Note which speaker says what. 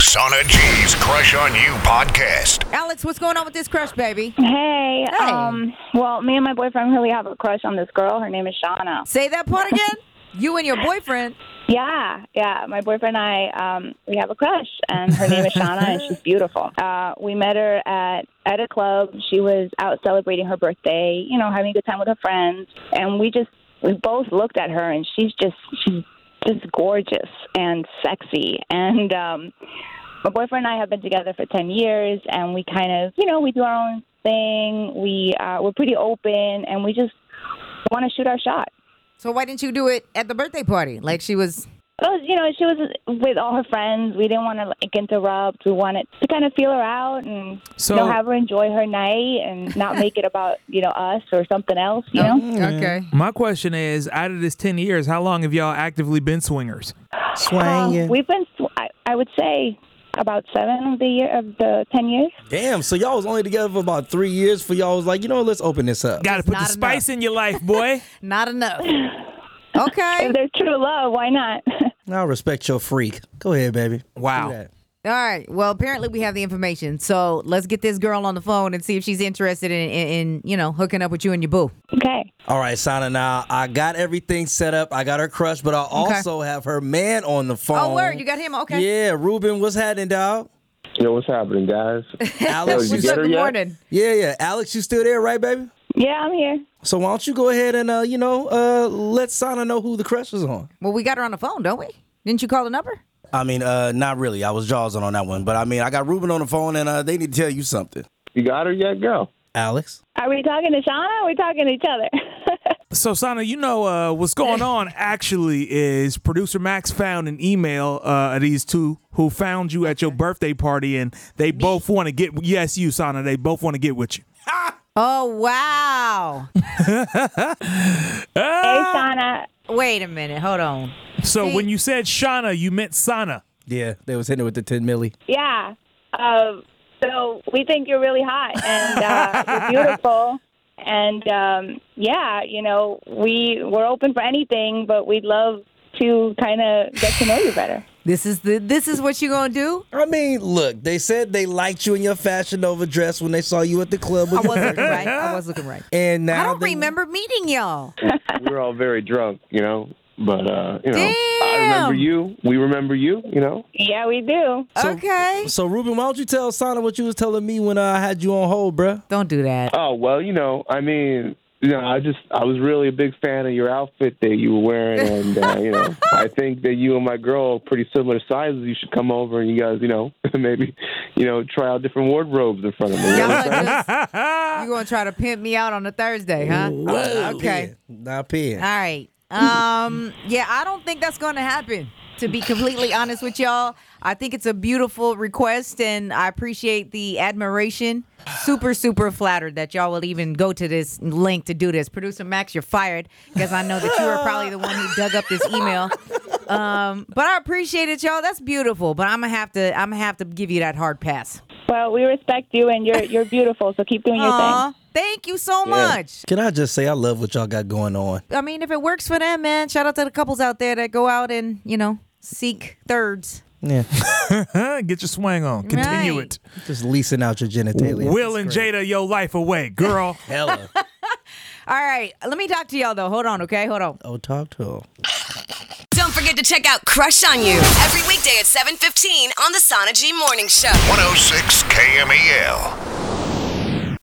Speaker 1: Sana G's Crush on You podcast.
Speaker 2: Alex, what's going on with this crush, baby?
Speaker 3: Hey,
Speaker 2: Hey.
Speaker 3: um, well, me and my boyfriend really have a crush on this girl. Her name is Shauna.
Speaker 2: Say that part again. You and your boyfriend.
Speaker 3: Yeah, yeah. My boyfriend and I, um, we have a crush, and her name is Shauna, and she's beautiful. Uh, we met her at at a club. She was out celebrating her birthday, you know, having a good time with her friends, and we just we both looked at her, and she's just she's just gorgeous and sexy, and um, my boyfriend and I have been together for 10 years and we kind of, you know, we do our own thing. We uh, we're pretty open and we just want to shoot our shot.
Speaker 2: So why didn't you do it at the birthday party? Like she was.
Speaker 3: It was, you know, she was with all her friends. We didn't want to like interrupt. We wanted to kind of feel her out and
Speaker 4: So-
Speaker 3: you know, have her enjoy her night and not make it about, you know, us or something else, you know?
Speaker 2: Okay.
Speaker 4: My question is, out of this ten years, how long have y'all actively been swingers?
Speaker 3: Um,
Speaker 5: Swanging.
Speaker 3: we've been sw- I, I would say about 7 of the year of the 10 years.
Speaker 5: Damn, so y'all was only together for about three years for y'all was like, you know, let's open this up.
Speaker 4: Got to put the
Speaker 2: not
Speaker 4: spice in your life, boy.
Speaker 2: Not enough.
Speaker 3: If
Speaker 2: Okay.
Speaker 3: they're true love, why not?
Speaker 5: I respect your freak. Go ahead, baby.
Speaker 4: Wow.
Speaker 5: Do that.
Speaker 2: All right. Well, apparently we have the information. So let's get this girl on the phone and see if she's interested in, in, in you know, hooking up with you and your boo.
Speaker 3: okay.
Speaker 5: All right, Sana. Now I got everything set up. I got her crush, but I also have her man on the phone.
Speaker 2: Oh, word. You got him. Okay.
Speaker 5: Yeah, Ruben, what's happening, dog?
Speaker 6: Yo, what's happening, guys?
Speaker 5: Alex,
Speaker 6: you
Speaker 5: you
Speaker 6: get
Speaker 2: Look,
Speaker 6: her
Speaker 2: good
Speaker 6: yet?
Speaker 2: morning.
Speaker 5: yeah, yeah. Alex, you still there, right, baby?
Speaker 3: Yeah, I'm here.
Speaker 5: So why don't you go ahead and uh, you know, uh, let Sana know who the crush is on.
Speaker 2: Well, we got her on the phone, don't we? Didn't you call the number?
Speaker 5: I mean, uh, not really. I was jawsing on that one, but I mean, I got Ruben on the phone, and uh, they need to tell you something.
Speaker 6: You got her yet? Go.
Speaker 5: Alex,
Speaker 3: Are we talking to Shauna or are we talking to each other?
Speaker 4: So, Sana, you know uh, what's going on actually is producer Max found an email uh, of these two who found you at your birthday party, and they both want to get yes, you, Sana. They both want to get with you.
Speaker 2: Oh, wow.
Speaker 3: hey, Shauna.
Speaker 2: Wait a minute. Hold on.
Speaker 4: So,
Speaker 2: See-
Speaker 4: when you said Shauna, you meant Sana.
Speaker 5: yeah, they was hitting it with the ten milli.
Speaker 3: Yeah. Um, so we think you're really hot and uh, you're beautiful. And um, yeah, you know, we we're open for anything, but we'd love to kind of get to know you better.
Speaker 2: This is the this is what you gonna do?
Speaker 5: I mean, look, they said they liked you in your Fashion Nova dress when they saw you at the club. With
Speaker 2: I
Speaker 5: your
Speaker 2: was looking
Speaker 5: friends.
Speaker 2: right. I was looking right.
Speaker 5: And now
Speaker 2: I don't
Speaker 5: they-
Speaker 2: remember meeting y'all.
Speaker 6: We were all very drunk, you know, but, uh, you know, I
Speaker 2: Damn.
Speaker 6: remember you. We remember you, you know.
Speaker 3: Yeah, we do.
Speaker 2: okay.
Speaker 5: So, Ruben, why don't you tell Sana what you was telling me when uh, I had you on hold, bruh?
Speaker 2: Don't do that.
Speaker 6: Oh, well, you know, I mean, you know, I just, I was really a big fan of your outfit that you were wearing. And, uh, you know, I think that you and my girl are pretty similar sizes. You should come over and you guys, you know, maybe, you know, try out different wardrobes in front of me. you
Speaker 2: Y'all
Speaker 6: know?
Speaker 2: are just, you gonna try to pimp me out on a Thursday, huh? Okay.
Speaker 5: Not
Speaker 2: All
Speaker 5: paying.
Speaker 2: right. Um. Yeah, I don't think that's gonna happen. To be completely honest with y'all, I think it's a beautiful request, and I appreciate the admiration. Super, super flattered that y'all will even go to this link to do this. Producer Max, you're fired because I know that you are probably the one who dug up this email. Um, but I appreciate it, y'all. That's beautiful. But I'm gonna have to, I'm gonna have to give you that hard pass.
Speaker 3: Well, we respect you and you're you're beautiful, so keep doing your
Speaker 2: Aw,
Speaker 3: thing.
Speaker 2: thank you so much.
Speaker 5: Can I just say I love what y'all got going on?
Speaker 2: I mean, if it works for them, man, shout out to the couples out there that go out and, you know, seek thirds.
Speaker 5: Yeah,
Speaker 4: Get your swang on. Continue
Speaker 2: Right.
Speaker 4: it.
Speaker 5: just leasing out your genitalia.
Speaker 4: Will and Jada, your life away, girl.
Speaker 5: Hella.
Speaker 2: All right, let me talk to y'all though. Hold on, okay? Hold on.
Speaker 5: oh, talk to her.
Speaker 7: Don't forget to check out Crush on You
Speaker 1: oh
Speaker 7: every weekday at 7:15 on the Sana G Morning Show.
Speaker 1: E 106 KMEL.